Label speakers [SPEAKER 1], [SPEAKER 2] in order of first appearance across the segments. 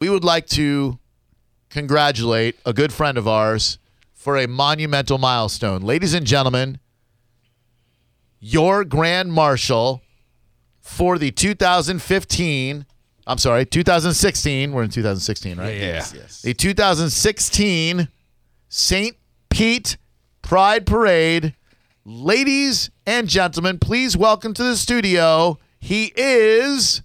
[SPEAKER 1] we would like to congratulate a good friend of ours for a monumental milestone. Ladies and gentlemen, your Grand Marshal for the 2015, I'm sorry, 2016, we're in 2016, right?
[SPEAKER 2] Yes,
[SPEAKER 1] The 2016 St. Pete Pride Parade. Ladies and gentlemen, please welcome to the studio. He is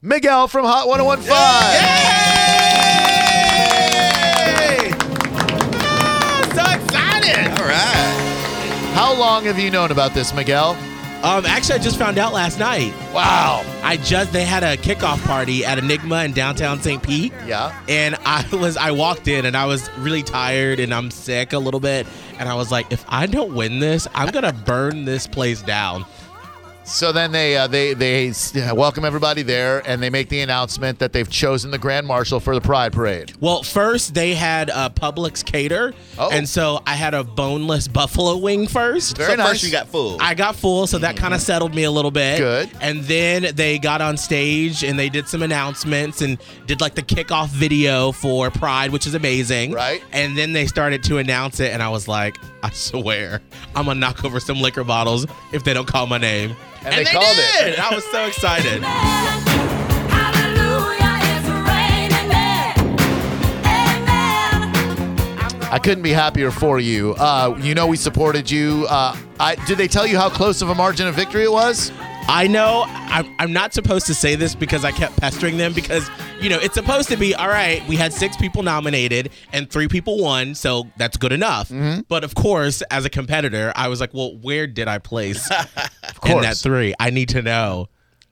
[SPEAKER 1] Miguel from Hot 1015.
[SPEAKER 2] Ah, So excited! All right.
[SPEAKER 1] How long have you known about this, Miguel?
[SPEAKER 3] Um, actually, I just found out last night.
[SPEAKER 1] Wow.
[SPEAKER 3] I just they had a kickoff party at Enigma in downtown St. Pete.
[SPEAKER 1] Yeah.
[SPEAKER 3] And I was I walked in and I was really tired and I'm sick a little bit and I was like, if I don't win this, I'm gonna burn this place down.
[SPEAKER 1] So then they uh, they they s- welcome everybody there, and they make the announcement that they've chosen the grand marshal for the pride parade.
[SPEAKER 3] Well, first they had a Publix cater,
[SPEAKER 1] Oh.
[SPEAKER 3] and so I had a boneless buffalo wing first.
[SPEAKER 1] Very
[SPEAKER 2] so
[SPEAKER 1] nice.
[SPEAKER 2] first you got full.
[SPEAKER 3] I got full, so that kind of settled me a little bit.
[SPEAKER 1] Mm-hmm. Good.
[SPEAKER 3] And then they got on stage and they did some announcements and did like the kickoff video for Pride, which is amazing.
[SPEAKER 1] Right.
[SPEAKER 3] And then they started to announce it, and I was like, I swear, I'm gonna knock over some liquor bottles if they don't call my name.
[SPEAKER 1] And they called it.
[SPEAKER 3] did. I was so excited.
[SPEAKER 1] I couldn't be happier for you. Uh, you know we supported you. Uh, I, did they tell you how close of a margin of victory it was?
[SPEAKER 3] I know I'm, I'm not supposed to say this because I kept pestering them because, you know, it's supposed to be all right, we had six people nominated and three people won, so that's good enough. But of course, as a competitor, I was like, well, where did I place
[SPEAKER 1] Of
[SPEAKER 3] in that three? I need to know.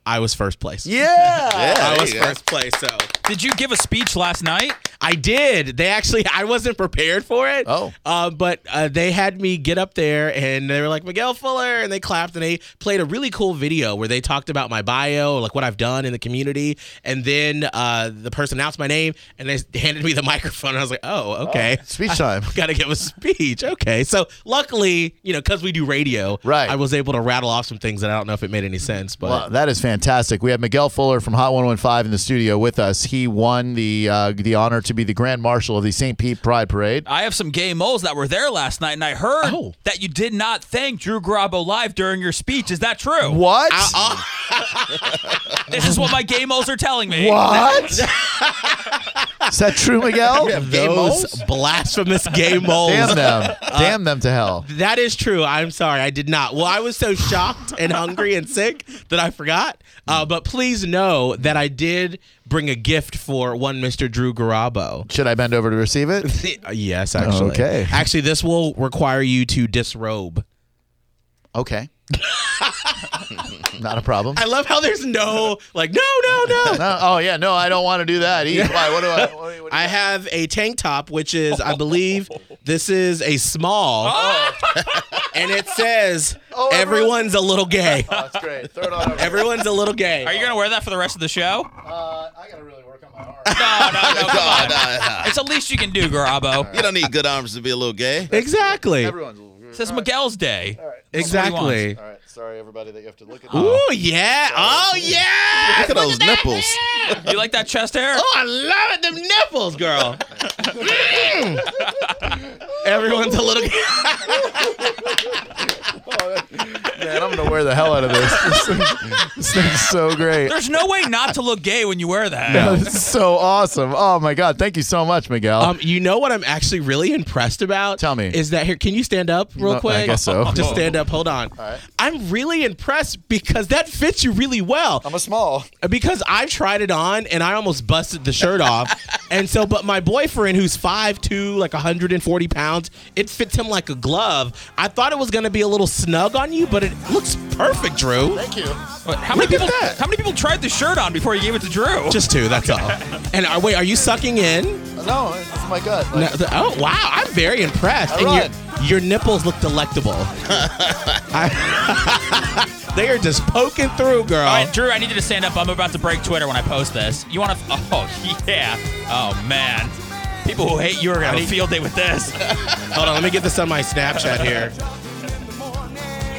[SPEAKER 3] I was first place.
[SPEAKER 1] yeah.
[SPEAKER 3] I
[SPEAKER 2] there
[SPEAKER 3] was
[SPEAKER 2] you go.
[SPEAKER 3] first place, so
[SPEAKER 4] Did you give a speech last night?
[SPEAKER 3] I did. They actually, I wasn't prepared for it.
[SPEAKER 1] Oh.
[SPEAKER 3] Uh, but uh, they had me get up there and they were like, Miguel Fuller. And they clapped and they played a really cool video where they talked about my bio, like what I've done in the community. And then uh, the person announced my name and they handed me the microphone. And I was like, oh, okay.
[SPEAKER 1] Speech time.
[SPEAKER 3] Got to give a speech. Okay. So luckily, you know, because we do radio,
[SPEAKER 1] Right.
[SPEAKER 3] I was able to rattle off some things that I don't know if it made any sense. But
[SPEAKER 1] Wow, that is fantastic. We have Miguel Fuller from Hot 115 in the studio with us. He won the uh, the honor to be the grand marshal of the St. Pete Pride Parade.
[SPEAKER 4] I have some gay moles that were there last night, and I heard
[SPEAKER 3] Oh.
[SPEAKER 4] that you did not thank Drew Garabo live during your speech. Is that true?
[SPEAKER 1] What?
[SPEAKER 4] This is what my gay moles are telling me.
[SPEAKER 1] what? is that true, Miguel?
[SPEAKER 3] those blasphemous gay moles.
[SPEAKER 1] Damn them.
[SPEAKER 3] Uh,
[SPEAKER 1] Damn them to hell.
[SPEAKER 3] That is true. I'm sorry. I did not. Well, I was so shocked and hungry and sick that I forgot. Uh, but please know that I did bring a gift for one Mr. Drew Garabo. uh,
[SPEAKER 1] Should I bend over to receive it?
[SPEAKER 3] Yes, actually.
[SPEAKER 1] Okay.
[SPEAKER 3] Actually, this will require you to disrobe.
[SPEAKER 1] Okay. Not a problem.
[SPEAKER 3] I love how there's no, like, no, no, no.
[SPEAKER 1] No, oh yeah, no, I don't want to do that. Either. Why? What do I? What do you- what do
[SPEAKER 3] I have a tank top, which is, I believe, this is a small.
[SPEAKER 4] Oh,
[SPEAKER 3] and it says,
[SPEAKER 1] Oh, everyone-
[SPEAKER 3] everyone's a little gay.
[SPEAKER 1] you- oh, that's great. Throw it on over.
[SPEAKER 3] Everyone's a little gay.
[SPEAKER 4] Are you gonna wear that for the rest of the show?
[SPEAKER 1] Uh, I gotta really work on my arm.
[SPEAKER 4] No, no, no. Come
[SPEAKER 2] Nah,
[SPEAKER 4] on.
[SPEAKER 2] nah, nah.
[SPEAKER 4] It's the least you can do, Garabo.
[SPEAKER 2] You don't need good arms to be a little gay.
[SPEAKER 3] Exactly.
[SPEAKER 1] Everyone's.
[SPEAKER 4] This is Miguel's day.
[SPEAKER 3] Exactly.
[SPEAKER 1] All right, sorry everybody that you have to look at.
[SPEAKER 3] Oh yeah! Oh yeah!
[SPEAKER 2] Look at those nipples.
[SPEAKER 4] You like that chest hair?
[SPEAKER 3] Oh, I love it. Them nipples, girl. Mm. Everyone's a little.
[SPEAKER 1] Man, I'm gonna wear the hell out of this. This thing's, this thing's so great.
[SPEAKER 4] There's no way not to look gay when you wear that.
[SPEAKER 1] This is so awesome. Oh my god, thank you so much, Miguel.
[SPEAKER 3] Um, you know what I'm actually really impressed about?
[SPEAKER 1] Tell me.
[SPEAKER 3] Is that here? Can you stand up real
[SPEAKER 1] No, I
[SPEAKER 3] quick?
[SPEAKER 1] guess so.
[SPEAKER 3] Just stand up. Hold on.
[SPEAKER 1] right.
[SPEAKER 3] I'm really impressed because that fits you really well.
[SPEAKER 1] I'm a small.
[SPEAKER 3] because I tried it on and I almost busted the shirt off. And so, but my boyfriend, who's 5'2, like 140 pounds, it fits him like a glove. I thought it was going to be a little snug on you, but it looks perfect, Drew.
[SPEAKER 1] Thank you.
[SPEAKER 4] But How many
[SPEAKER 3] Look at
[SPEAKER 4] people?
[SPEAKER 3] that.
[SPEAKER 4] How many people tried the shirt on before you gave it to Drew?
[SPEAKER 3] Just two, that's all. And are, wait, are you sucking in?
[SPEAKER 1] No, it's my gut.
[SPEAKER 3] No, th- oh, wow. I'm very impressed.
[SPEAKER 1] All
[SPEAKER 3] and
[SPEAKER 1] right.
[SPEAKER 3] your, your nipples look delectable. I- they are just poking through, girl.
[SPEAKER 4] All right, Drew, I need you to stand up. I'm about to break Twitter when I post this. You want to? Oh yeah. Oh man. People who hate you are gonna have a field day with this.
[SPEAKER 3] Hold on, let me get this on my Snapchat here.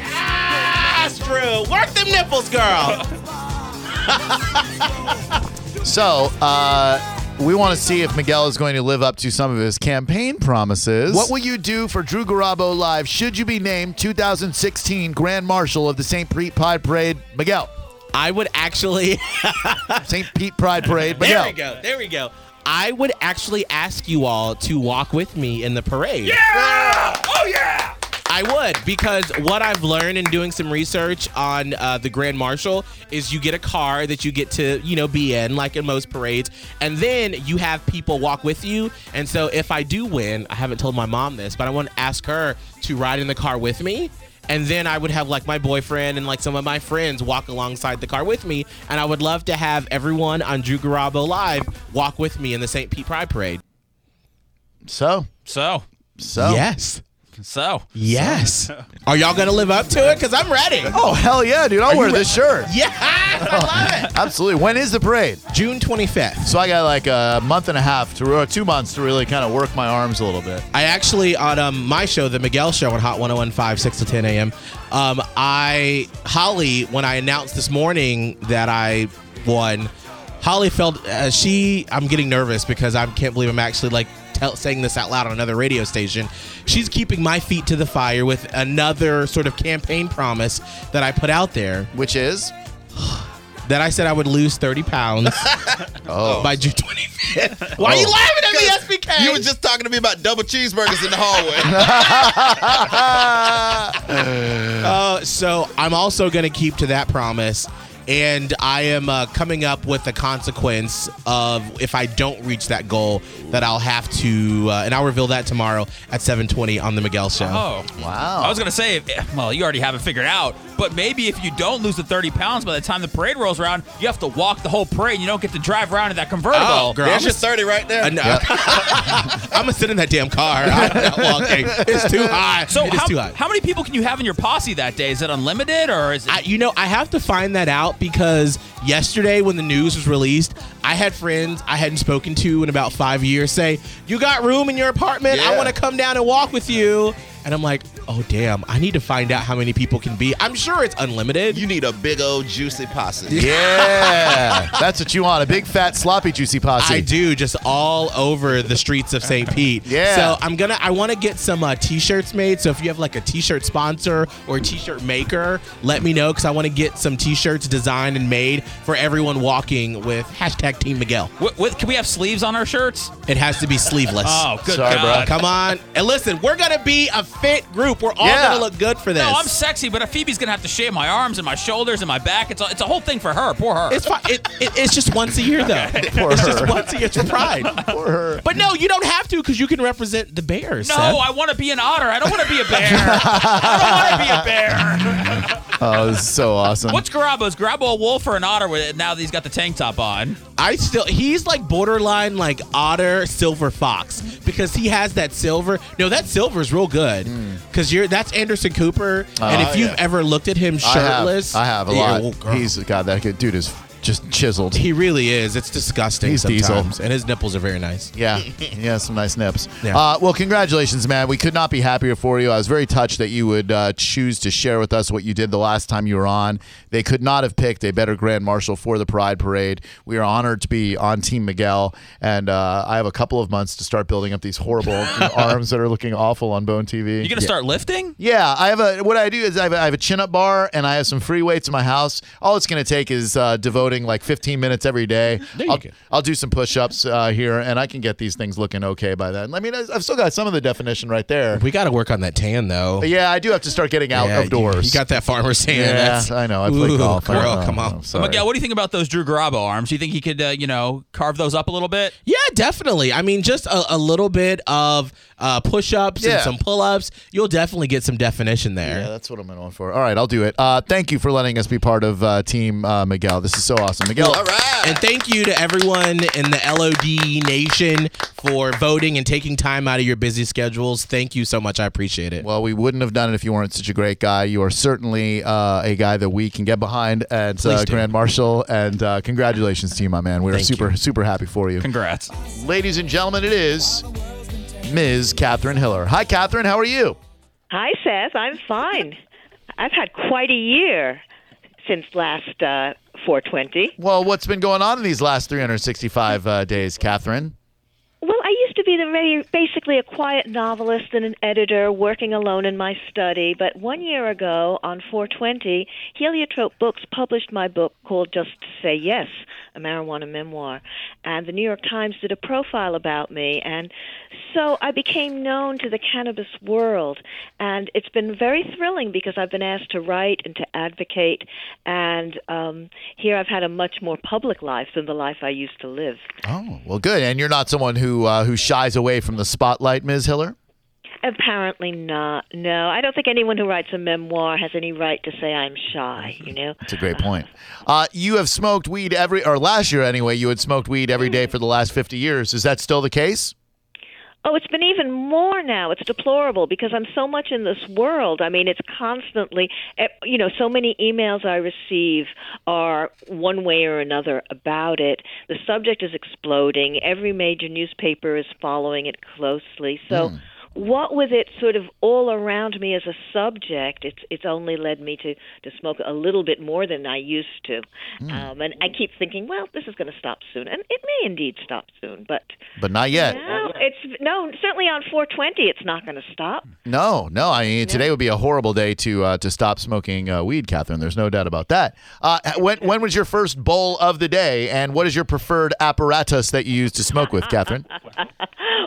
[SPEAKER 3] Yes, Drew. Work them nipples, girl.
[SPEAKER 1] So, uh, we want to see if Miguel is going to live up to some of his campaign promises. What will you do for Drew Garabo Live should you be named 2016 Grand Marshal of the St. Pete Pride Parade? Miguel.
[SPEAKER 3] I would actually.
[SPEAKER 1] St. Pete Pride Parade.
[SPEAKER 3] there
[SPEAKER 1] Miguel.
[SPEAKER 3] we go. There we go. I would actually ask you all to walk with me in the parade. Yeah! I would because what I've learned in doing some research on uh, the Grand Marshal is you get a car that you get to you know be in like in most parades, and then you have people walk with you. And so if I do win, I haven't told my mom this, but I want to ask her to ride in the car with me. And then I would have like my boyfriend and like some of my friends walk alongside the car with me. And I would love to have everyone on Drew Garabo Live walk with me in the St. Pete Pride Parade.
[SPEAKER 1] So,
[SPEAKER 4] So,
[SPEAKER 1] so.
[SPEAKER 3] Yes.
[SPEAKER 4] so.
[SPEAKER 3] Oh. Yes. Are y'all going to live up to it? Because I'm ready.
[SPEAKER 1] Oh, hell yeah, dude. I'll wear
[SPEAKER 3] you
[SPEAKER 1] this shirt.
[SPEAKER 3] Yeah, I love
[SPEAKER 1] Absolutely. When is the parade?
[SPEAKER 3] it. June 25th.
[SPEAKER 1] So I got like a month and a half to, or two months to really kind of work my arms a little bit.
[SPEAKER 3] I actually on um, my show, the Miguel Show on Hot 101.5, 6 to 10 a.m. Um, I Holly, when I announced this morning that I won, Holly felt uh, she. I'm getting nervous because I can't believe I'm actually like tell, saying this out loud on another radio station. She's keeping my feet to the fire with another sort of campaign promise that I put out there
[SPEAKER 1] Which is?
[SPEAKER 3] that I said I would lose 30 pounds
[SPEAKER 1] Oh.
[SPEAKER 3] by June 25th. Why are you
[SPEAKER 1] Oh.
[SPEAKER 3] laughing at me, SBK?
[SPEAKER 2] You were just talking to me about double cheeseburgers in the hallway.
[SPEAKER 3] Uh, so I'm also going to keep to that promise. And I am uh, coming up with a consequence of if I don't reach that goal, that I'll have to, uh, and I'll reveal that tomorrow at 7:20 on the Miguel Show.
[SPEAKER 4] Oh.
[SPEAKER 1] Wow.
[SPEAKER 4] I was going to say, if- well, you already have it figured out, but maybe if you don't lose the 30 pounds by the time the parade rolls around, you have to walk the whole parade and you don't get to drive around in that convertible.
[SPEAKER 3] Oh, girl, I'm
[SPEAKER 2] There's your
[SPEAKER 3] just,
[SPEAKER 2] 30 right there.
[SPEAKER 3] uh, no. I'm gonna sit in that damn car. I'm not walking. It's too high.
[SPEAKER 4] So
[SPEAKER 3] it is
[SPEAKER 4] how,
[SPEAKER 3] too high.
[SPEAKER 4] how many people can you have in your posse that day? Is it unlimited or is it?
[SPEAKER 3] I, you know, I have to find that out because yesterday when the news was released, I had friends I hadn't spoken to in about five years say, You got room in your apartment? I
[SPEAKER 2] Yeah.
[SPEAKER 3] want to come down and walk with you. And I'm like, Oh, damn, I need to find out how many people can be. I'm sure it's unlimited.
[SPEAKER 2] You need a big old juicy posse.
[SPEAKER 1] yeah. That's what you want. A big, fat, sloppy, juicy posse.
[SPEAKER 3] I do just all over the streets of St. Pete.
[SPEAKER 1] Yeah.
[SPEAKER 3] So I'm gonna I want to get some uh, t-shirts made. So if you have like a t-shirt sponsor or a t-shirt maker, let me know because I want to get some t-shirts designed and made for everyone walking with hashtag Team Miguel.
[SPEAKER 4] Wi- wi- can we have sleeves on our shirts?
[SPEAKER 3] It has to be sleeveless.
[SPEAKER 4] Oh, good
[SPEAKER 1] Sorry, bro.
[SPEAKER 4] God.
[SPEAKER 3] Come on. And listen, we're going to be a fit group. We're all
[SPEAKER 1] Yeah.
[SPEAKER 3] going to look good for this.
[SPEAKER 4] No, I'm sexy, but if Phoebe's gonna have to shave my arms and my shoulders and my back, it's a, it's a whole thing for her. Poor her.
[SPEAKER 3] it's fine. It, it, it's just once a year, though.
[SPEAKER 1] For
[SPEAKER 3] it's
[SPEAKER 1] her.
[SPEAKER 3] just once a year. It's for pride.
[SPEAKER 1] For her.
[SPEAKER 3] But no, you don't have to because you can represent the Bears.
[SPEAKER 4] no,
[SPEAKER 3] Seth.
[SPEAKER 4] I want to be an otter. I don't want to be a bear. I don't want to be a bear.
[SPEAKER 1] Oh, this is so awesome.
[SPEAKER 4] What's Garabo? Is Garabo a wolf or an otter? With it now that he's got the tank top on.
[SPEAKER 3] I still he's like borderline like otter silver fox because he has that silver. No, that silver is real good
[SPEAKER 1] Hmm.
[SPEAKER 3] because you're that's Anderson Cooper. and if you've
[SPEAKER 2] yeah.
[SPEAKER 3] ever looked at him
[SPEAKER 1] Uh, I have-
[SPEAKER 3] shirtless,
[SPEAKER 1] I have,
[SPEAKER 3] Yeah,
[SPEAKER 1] a
[SPEAKER 3] well,
[SPEAKER 1] lot.
[SPEAKER 3] girl.
[SPEAKER 1] He's God. That kid, dude is just chiseled.
[SPEAKER 3] he really is. It's disgusting
[SPEAKER 1] He's Diesel.
[SPEAKER 3] sometimes, and his nipples are very nice.
[SPEAKER 1] Yeah, he has some nice nips.
[SPEAKER 3] Yeah.
[SPEAKER 1] Uh, well, congratulations, man. We could not be happier for you. I was very touched that you would uh, choose to share with us what you did the last time you were on. They could not have picked a better grand marshal for the Pride Parade. We are honored to be on Team Miguel, and uh, I have a couple of months to start building up these horrible arms that are looking awful on Bone TV.
[SPEAKER 4] You gonna start lifting?
[SPEAKER 1] Yeah, I have a. What I do is I have a, I have a chin up bar and I have some free weights in my house. All it's going to take is uh, devoting like 15 minutes every day.
[SPEAKER 3] you
[SPEAKER 1] I'll,
[SPEAKER 3] go.
[SPEAKER 1] I'll do some push ups uh, here and I can get these things looking okay by then. I mean, I- I've still got some of the definition right there.
[SPEAKER 3] We got to work on that tan though.
[SPEAKER 1] But yeah, I do have to start getting out
[SPEAKER 3] Yeah,
[SPEAKER 1] of doors.
[SPEAKER 3] You, you got that farmer's tan.
[SPEAKER 1] yeah,
[SPEAKER 3] that's-
[SPEAKER 1] I know. I play
[SPEAKER 3] Ooh,
[SPEAKER 1] golf. I
[SPEAKER 3] Girl,
[SPEAKER 1] know,
[SPEAKER 3] come
[SPEAKER 1] I'm
[SPEAKER 3] on.
[SPEAKER 1] sorry.
[SPEAKER 4] Miguel, what do you think about those Drew Garabo arms? Do you think he could, uh, you know, carve those up a little bit?
[SPEAKER 3] Yeah, definitely. I mean, just a, a little bit of uh, push ups
[SPEAKER 1] Yeah.
[SPEAKER 3] and some pull ups. You'll definitely get some definition there.
[SPEAKER 1] Yeah, that's what I'm going for. All right, I'll do it. Uh, thank you for letting us be part of uh, Team uh, Miguel. This is so awesome. Miguel,
[SPEAKER 2] All right.
[SPEAKER 3] And thank you to everyone in the LOD nation for voting and taking time out of your busy schedules. Thank you so much. I appreciate it.
[SPEAKER 1] Well, we wouldn't have done it if you weren't such a great guy. You are certainly uh, a guy that we can get behind at uh,
[SPEAKER 3] Please do.
[SPEAKER 1] Grand Marshal. And uh, congratulations to you, my man. We are
[SPEAKER 3] Thank
[SPEAKER 1] super, super happy for you.
[SPEAKER 4] Congrats.
[SPEAKER 1] Ladies and gentlemen, it is Ms. Catherine Hiller. Hi, Catherine. How are you?
[SPEAKER 5] Hi, Seth. I'm fine. I've had quite a year since last uh, 420.
[SPEAKER 1] Well, what's been going on in these last 365 uh, days, Catherine?
[SPEAKER 5] Well, I used to be the very, basically a quiet novelist and an editor working alone in my study, but one year ago on 420, Heliotrope Books published my book called Just Say Yes, a marijuana memoir, and the New York Times did a profile about me, and so I became known to the cannabis world, and it's been very thrilling because I've been asked to write and to advocate, and um, here I've had a much more public life than the life I used to live.
[SPEAKER 1] Oh, well, good. And you're not someone who uh, who shies away from the spotlight, Ms. Hiller.
[SPEAKER 5] Apparently not. No, I don't think anyone who writes a memoir has any right to say I'm shy. You know.
[SPEAKER 1] That's a great point. Uh, you have smoked weed every, or last year anyway, you had smoked weed every day for the last 50 years. Is that still the case?
[SPEAKER 5] Oh, it's been even more now. It's deplorable because I'm so much in this world. I mean, it's constantly, eh, you know, so many emails I receive are one way or another about it. The subject is exploding. Every major newspaper is following it closely. So, what with it sort of all around me as a subject, it's it's only led me to to smoke a little bit more than I used to. Um, and I keep thinking, well, this is going to stop soon, and it may indeed stop soon, but.
[SPEAKER 1] But not yet.
[SPEAKER 5] No, it's no. Certainly on 420, it's not going to stop.
[SPEAKER 1] No, no. I mean, today would be a horrible day to uh, to stop smoking uh, weed, Catherine. There's no doubt about that. Uh, when when was your first bowl of the day, and what is your preferred apparatus that you use to smoke with, Catherine?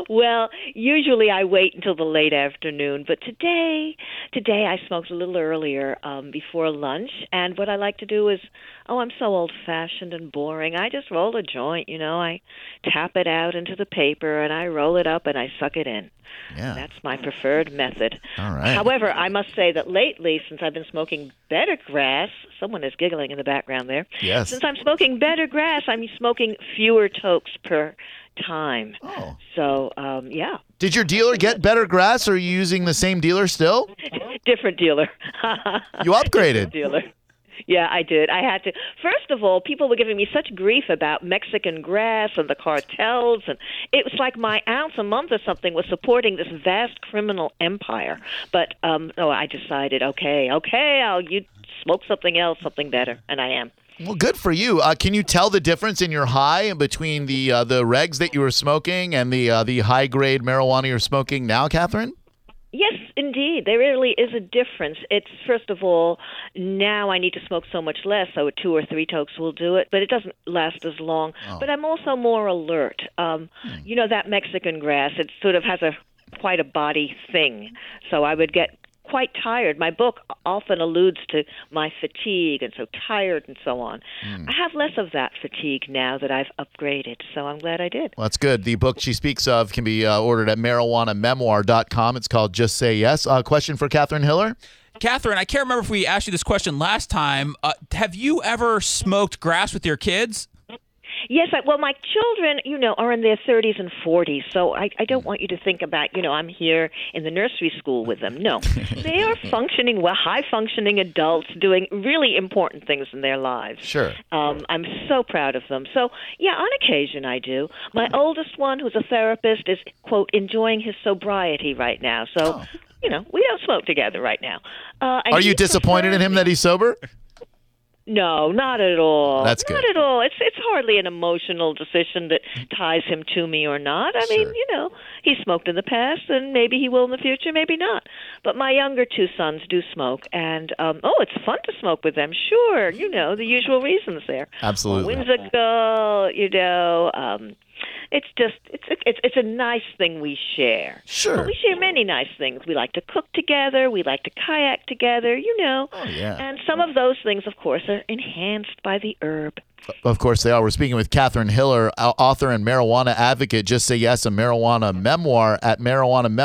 [SPEAKER 5] Well, usually I wait until the late afternoon, but today, today I smoked a little earlier um, before lunch. And what I like to do is, oh, I'm so old-fashioned and boring. I just roll a joint, you know. I tap it out into the paper and I roll it up and I suck it in.
[SPEAKER 1] Yeah.
[SPEAKER 5] That's my preferred method.
[SPEAKER 1] All right.
[SPEAKER 5] However, I must say that lately, since I've been smoking better grass, someone is giggling in the background there.
[SPEAKER 1] Yes.
[SPEAKER 5] Since I'm smoking better grass, I'm smoking fewer tokes per time.
[SPEAKER 1] Oh.
[SPEAKER 5] So, um, yeah,
[SPEAKER 1] Did your dealer get better grass, or are you using the same dealer still?
[SPEAKER 5] different dealer.
[SPEAKER 1] You upgraded.
[SPEAKER 5] dealer. Yeah, I did. I had to. First of all, people were giving me such grief about Mexican grass and the cartels, and it was like my ounce a month or something was supporting this vast criminal empire. But um, no, I decided, okay, okay, I'll you smoke something else, something better, and I am.
[SPEAKER 1] Well, good for you. Uh, can you tell the difference in your high between the uh, the regs that you were smoking and the uh, the high grade marijuana you're smoking now, Catherine?
[SPEAKER 5] Yes, indeed. There really is a difference. It's, first of all, now I need to smoke so much less, so two or three tokes will do it, but it doesn't last as long. But I'm also more alert. Um, You know, that Mexican grass, it sort of has a quite a body thing. So I would get quite tired. My book often alludes to my fatigue and so tired and so on. I have less of that fatigue now that I've upgraded, so I'm glad I did.
[SPEAKER 1] Well, that's good. The book she speaks of can be uh, ordered at marijuanamemoir.com. It's called Just Say Yes. Uh, question for Catherine Hiller?
[SPEAKER 4] Catherine, I can't remember if we asked you this question last time. Uh, have you ever smoked grass with your kids?
[SPEAKER 5] Yes, I, well, my children, you know, are in their 30s and 40s, so I, I
[SPEAKER 1] Mm.
[SPEAKER 5] don't want you to think about, you know, I'm here in the nursery school with them. No, they are functioning, well, high functioning adults doing really important things in their lives.
[SPEAKER 1] Sure.
[SPEAKER 5] Um, I'm so proud of them. So, yeah, on occasion I do. My
[SPEAKER 1] Mm.
[SPEAKER 5] oldest one, who's a therapist, is, quote, enjoying his sobriety right now. So, you know, we don't smoke together right now. Uh, and
[SPEAKER 1] Oh. Are you
[SPEAKER 5] he
[SPEAKER 1] disappointed in
[SPEAKER 5] prefers-
[SPEAKER 1] him that he's sober?
[SPEAKER 5] no, not at all.
[SPEAKER 1] That's
[SPEAKER 5] not
[SPEAKER 1] good.
[SPEAKER 5] at all. It's it's hardly an emotional decision that ties him to me or not. I mean,
[SPEAKER 1] Sure.
[SPEAKER 5] you know, he smoked in the past, and maybe he will in the future, maybe not. But my younger two sons do smoke, and um, oh, it's fun to smoke with them. Sure, you know the usual reasons there.
[SPEAKER 1] Absolutely.
[SPEAKER 5] Whimsical, you know. Um, it's just it's a, it's it's a nice thing we share.
[SPEAKER 1] Sure.
[SPEAKER 5] But we share many nice things. We like to cook together. We like to kayak together. You know. Oh
[SPEAKER 1] yeah.
[SPEAKER 5] And some of those things, of course, are enhanced by the herb.
[SPEAKER 1] Of course, they are. We're speaking with Catherine Hiller, au- author and marijuana advocate. Just say yes, a marijuana memoir at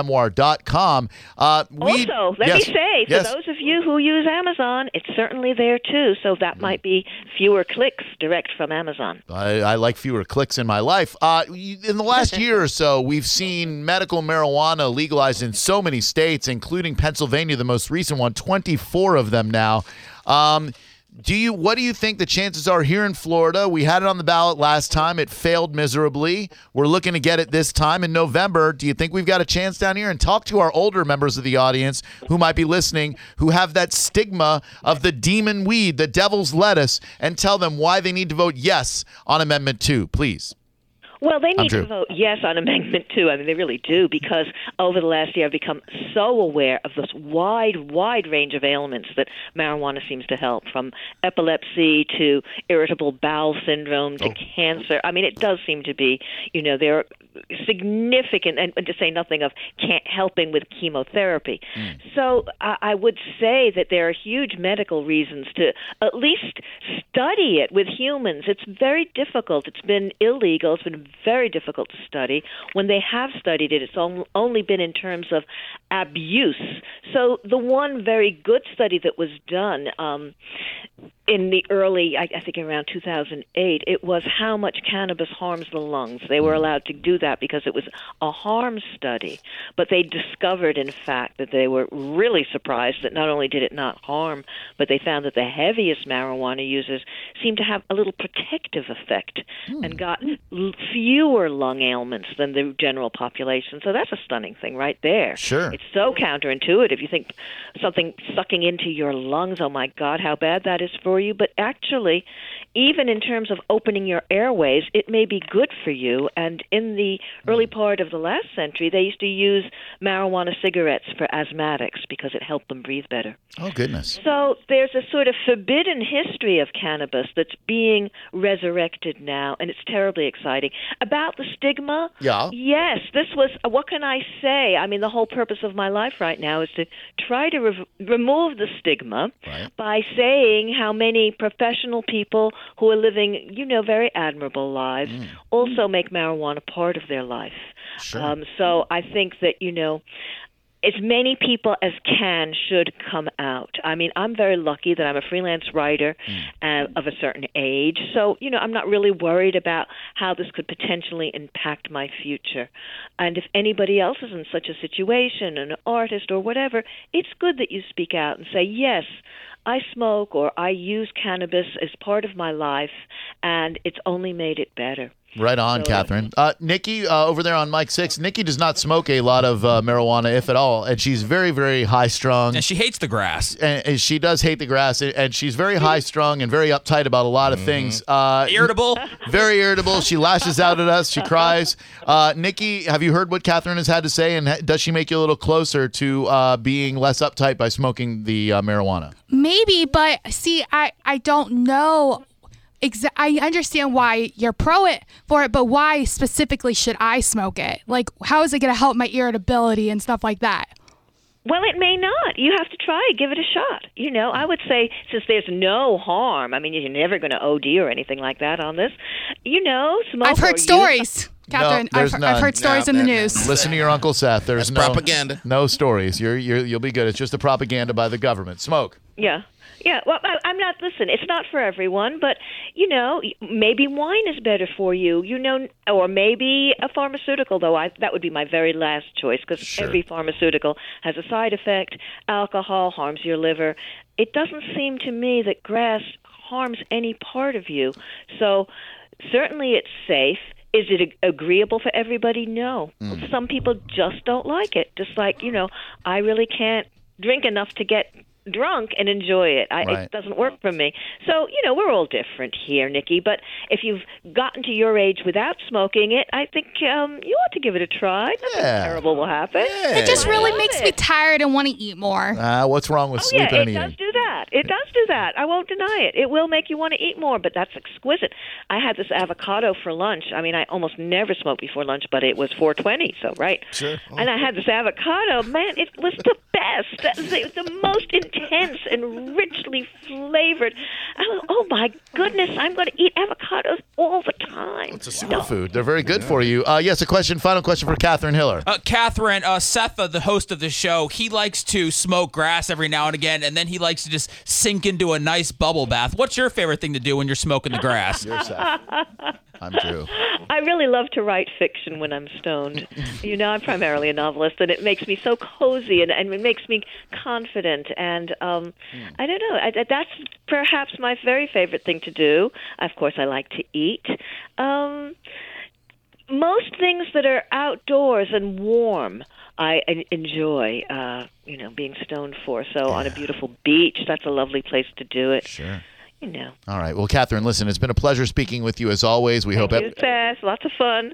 [SPEAKER 1] marijuanamemoir.com. Uh, we,
[SPEAKER 5] also, let
[SPEAKER 1] yes,
[SPEAKER 5] me say, for
[SPEAKER 1] yes.
[SPEAKER 5] those of you who use Amazon, it's certainly there too. So
[SPEAKER 1] Mm-hmm.
[SPEAKER 5] that might be fewer clicks direct from Amazon.
[SPEAKER 1] I, I like fewer clicks in my life. Uh, you- in the last year or so, we've seen medical marijuana legalized in so many states, including Pennsylvania, the most recent one, 24 of them now. Um, do you what do you think the chances are here in Florida? We had it on the ballot last time. It failed miserably. We're looking to get it this time in November. Do you think we've got a chance down here and talk to our older members of the audience who might be listening who have that stigma of the demon weed, the devil's lettuce and tell them why they need to vote yes on amendment 2, please?
[SPEAKER 5] Well, they need
[SPEAKER 1] Drew.
[SPEAKER 5] to vote yes on Amendment 2. I mean, they really do because over the last year I've become so aware of this wide, wide range of ailments that marijuana seems to help from epilepsy to irritable bowel syndrome to cancer. I mean, it does seem to be, you know, there are significant, and and to say nothing of can't helping with chemotherapy. So I I would say that there are huge medical reasons to at least study it with humans. It's very difficult. It's been illegal. It's been very difficult to study. When they have studied it, it's on- only been in terms of abuse. So the one very good study that was done um, in the early, I, I think around 2008, it was how much cannabis harms the lungs. They were allowed to do that because it was a harm study. But they discovered, in fact, that they were really surprised that not only did it not harm, but they found that the heaviest marijuana users seemed to have a little protective effect and got l- fewer lung ailments than the general population. So that's a stunning thing right there.
[SPEAKER 1] Sure.
[SPEAKER 5] It's so counterintuitive. You think something sucking into your lungs, oh my God, how bad that is for you. But actually, even in terms of opening your airways, it may be good for you. And in the early part of the last century, they used to use marijuana cigarettes for asthmatics because it helped them breathe better.
[SPEAKER 1] Oh goodness.
[SPEAKER 5] So there's a sort of forbidden history of cannabis that's being resurrected now, and it's terribly exciting. About the stigma,
[SPEAKER 1] Yeah.
[SPEAKER 5] yes, this was. What can I say? I mean, the whole purpose of my life right now is to try to re- remove the stigma by saying how many professional people who are living, you know, very admirable lives also make marijuana part of their life. Sure. Um, so I think that you know as many people as can should come out. I mean, I'm very lucky that I'm a freelance writer uh, of a certain age, so you know, I'm not really worried about how this could potentially impact my future. And if anybody else is in such a situation, an artist or whatever, it's good that you speak out and say, "Yes, I smoke or I use cannabis as part of my life, and it's only made it better."
[SPEAKER 1] Right on, Catherine. Uh, Nikki uh, over there on Mike Six. Nikki does not smoke a lot of uh, marijuana, if at all, and she's very, very high strung.
[SPEAKER 4] And she hates the grass.
[SPEAKER 1] and, and she does hate the grass, and- and she's very high strung and very uptight about a lot of things. Uh,
[SPEAKER 4] Irritable.
[SPEAKER 1] very irritable. She lashes out at us. She cries. Uh, Nikki, have you heard what Catherine has had to say? And ha- does she make you a little closer to uh, being less uptight by smoking the uh, marijuana?
[SPEAKER 6] Maybe, but see, I I don't know. Exa- I understand why you're pro it for it, but why specifically should I smoke it? Like, how is it going to help my irritability and stuff like that?
[SPEAKER 5] Well, it may not. You have to try it. Give it a shot. You know, I would say since there's no harm, I mean, you're never going to OD or anything like that on this. You know,
[SPEAKER 1] Oh,
[SPEAKER 5] smoke.
[SPEAKER 6] I've
[SPEAKER 5] or
[SPEAKER 6] heard
[SPEAKER 5] use-
[SPEAKER 6] stories, Catherine.
[SPEAKER 1] there's
[SPEAKER 6] I've, he- I've
[SPEAKER 1] none.
[SPEAKER 6] heard stories
[SPEAKER 2] No,
[SPEAKER 6] in the
[SPEAKER 2] no, no.
[SPEAKER 6] news.
[SPEAKER 1] Listen to your uncle Seth. There's no
[SPEAKER 2] propaganda.
[SPEAKER 1] No stories. You're, you're you'll be good. It's just the propaganda by the government. Smoke.
[SPEAKER 5] Yeah. Yeah, well, I, I'm not. Listen, it's not for everyone, but you know, maybe wine is better for you. You know, or maybe a pharmaceutical. Though I, that would be my very last choice because every pharmaceutical has a side effect. Alcohol harms your liver. It doesn't seem to me that grass harms any part of you. So certainly, it's safe. Is it ag- agreeable for everybody? No. Some people just don't like it. Just like you know, I really can't drink enough to get drunk and enjoy it. I,
[SPEAKER 1] Right.
[SPEAKER 5] It doesn't work for me. So, you know, we're all different here, Nikki. But if you've gotten to your age without smoking it, I think um, you ought to give it a try. Nothing
[SPEAKER 1] Yeah.
[SPEAKER 5] terrible will happen.
[SPEAKER 6] It just
[SPEAKER 5] I
[SPEAKER 6] really
[SPEAKER 5] love
[SPEAKER 6] makes
[SPEAKER 5] it.
[SPEAKER 6] me tired and want to eat more.
[SPEAKER 1] Uh, what's wrong with
[SPEAKER 5] Oh,
[SPEAKER 1] sleeping
[SPEAKER 5] yeah, it
[SPEAKER 1] and eating?
[SPEAKER 5] does do that. It does do that. I won't deny it. It will make you want to eat more, but that's exquisite. I had this avocado for lunch. I mean, I almost never smoke before lunch, but it was 420, so right. Sure.
[SPEAKER 1] Oh.
[SPEAKER 5] And I had this avocado. Man, it was the best. That was the, the most intense and richly flavored. I was, oh my goodness, I'm going to eat avocados all the time.
[SPEAKER 1] Superfood. They're very good for you. Uh, yes, a question. Final question for Catherine Hiller.
[SPEAKER 4] Uh, Catherine, uh, Seth, uh, the host of the show, he likes to smoke grass every now and again, and then he likes to just sink into a nice bubble bath. What's your favorite thing to do when you're smoking the grass?
[SPEAKER 1] Yourself. I'm Drew.
[SPEAKER 5] I really love to write fiction when I'm stoned. you know, I'm primarily a novelist, and it makes me so cozy and, and it makes me confident. And um, I don't know, I, I- that's perhaps my very favorite thing to do. Of course, I like to eat. Um, most things that are outdoors and warm I en- enjoy, uh, you know, being stoned for. So on a beautiful beach, that's a lovely place to do it.
[SPEAKER 1] Sure.
[SPEAKER 5] You know,
[SPEAKER 1] All right. Well, Catherine, listen, it's been a pleasure speaking with you as always. We hope ev-
[SPEAKER 5] it's fast, lots of fun.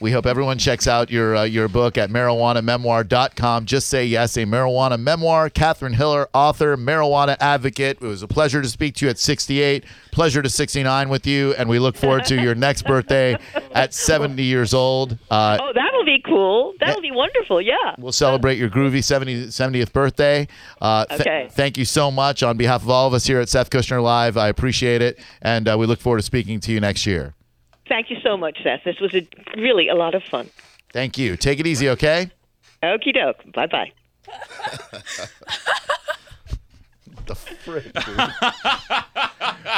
[SPEAKER 1] we hope everyone checks out your uh, your book at marijuanamemoir.com. Just say yes, a marijuana memoir. Catherine Hiller, author, marijuana advocate. It was a pleasure to speak to you at 68. Pleasure to 69 with you, and we look forward to your next birthday at 70 years old. Uh,
[SPEAKER 5] Oh, that'll be cool. That'll be wonderful. Yeah.
[SPEAKER 1] We'll celebrate your groovy 70, 70th birthday. Uh, th-
[SPEAKER 5] Okay.
[SPEAKER 1] Thank you so much on behalf of all of us here at Seth Kushner Live. I appreciate it, and uh, we look forward to speaking to you next year.
[SPEAKER 5] Thank you so much, Seth. This was a, really a lot of fun.
[SPEAKER 1] Thank you. Take it easy, okay?
[SPEAKER 5] Okie doke. Bye bye.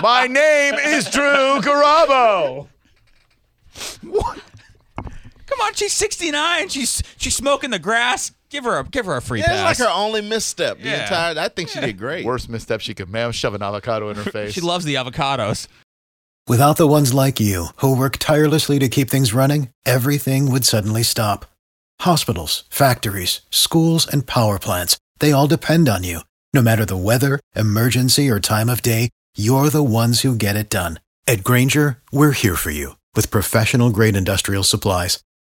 [SPEAKER 1] My name is Drew Garabo.
[SPEAKER 4] Come on, she's 69. She's she's smoking the grass. Give her a give her a free
[SPEAKER 2] Yeah,
[SPEAKER 4] pass.
[SPEAKER 2] it's like her only misstep. The
[SPEAKER 4] Yeah.
[SPEAKER 2] entire. I think she did great.
[SPEAKER 1] Worst misstep she could. Man, shove an avocado in her face.
[SPEAKER 4] she loves the avocados.
[SPEAKER 7] Without the ones like you, who work tirelessly to keep things running, everything would suddenly stop. Hospitals, factories, schools, and power plants, they all depend on you. No matter the weather, emergency, or time of day, you're the ones who get it done. At Granger, we're here for you with professional grade industrial supplies.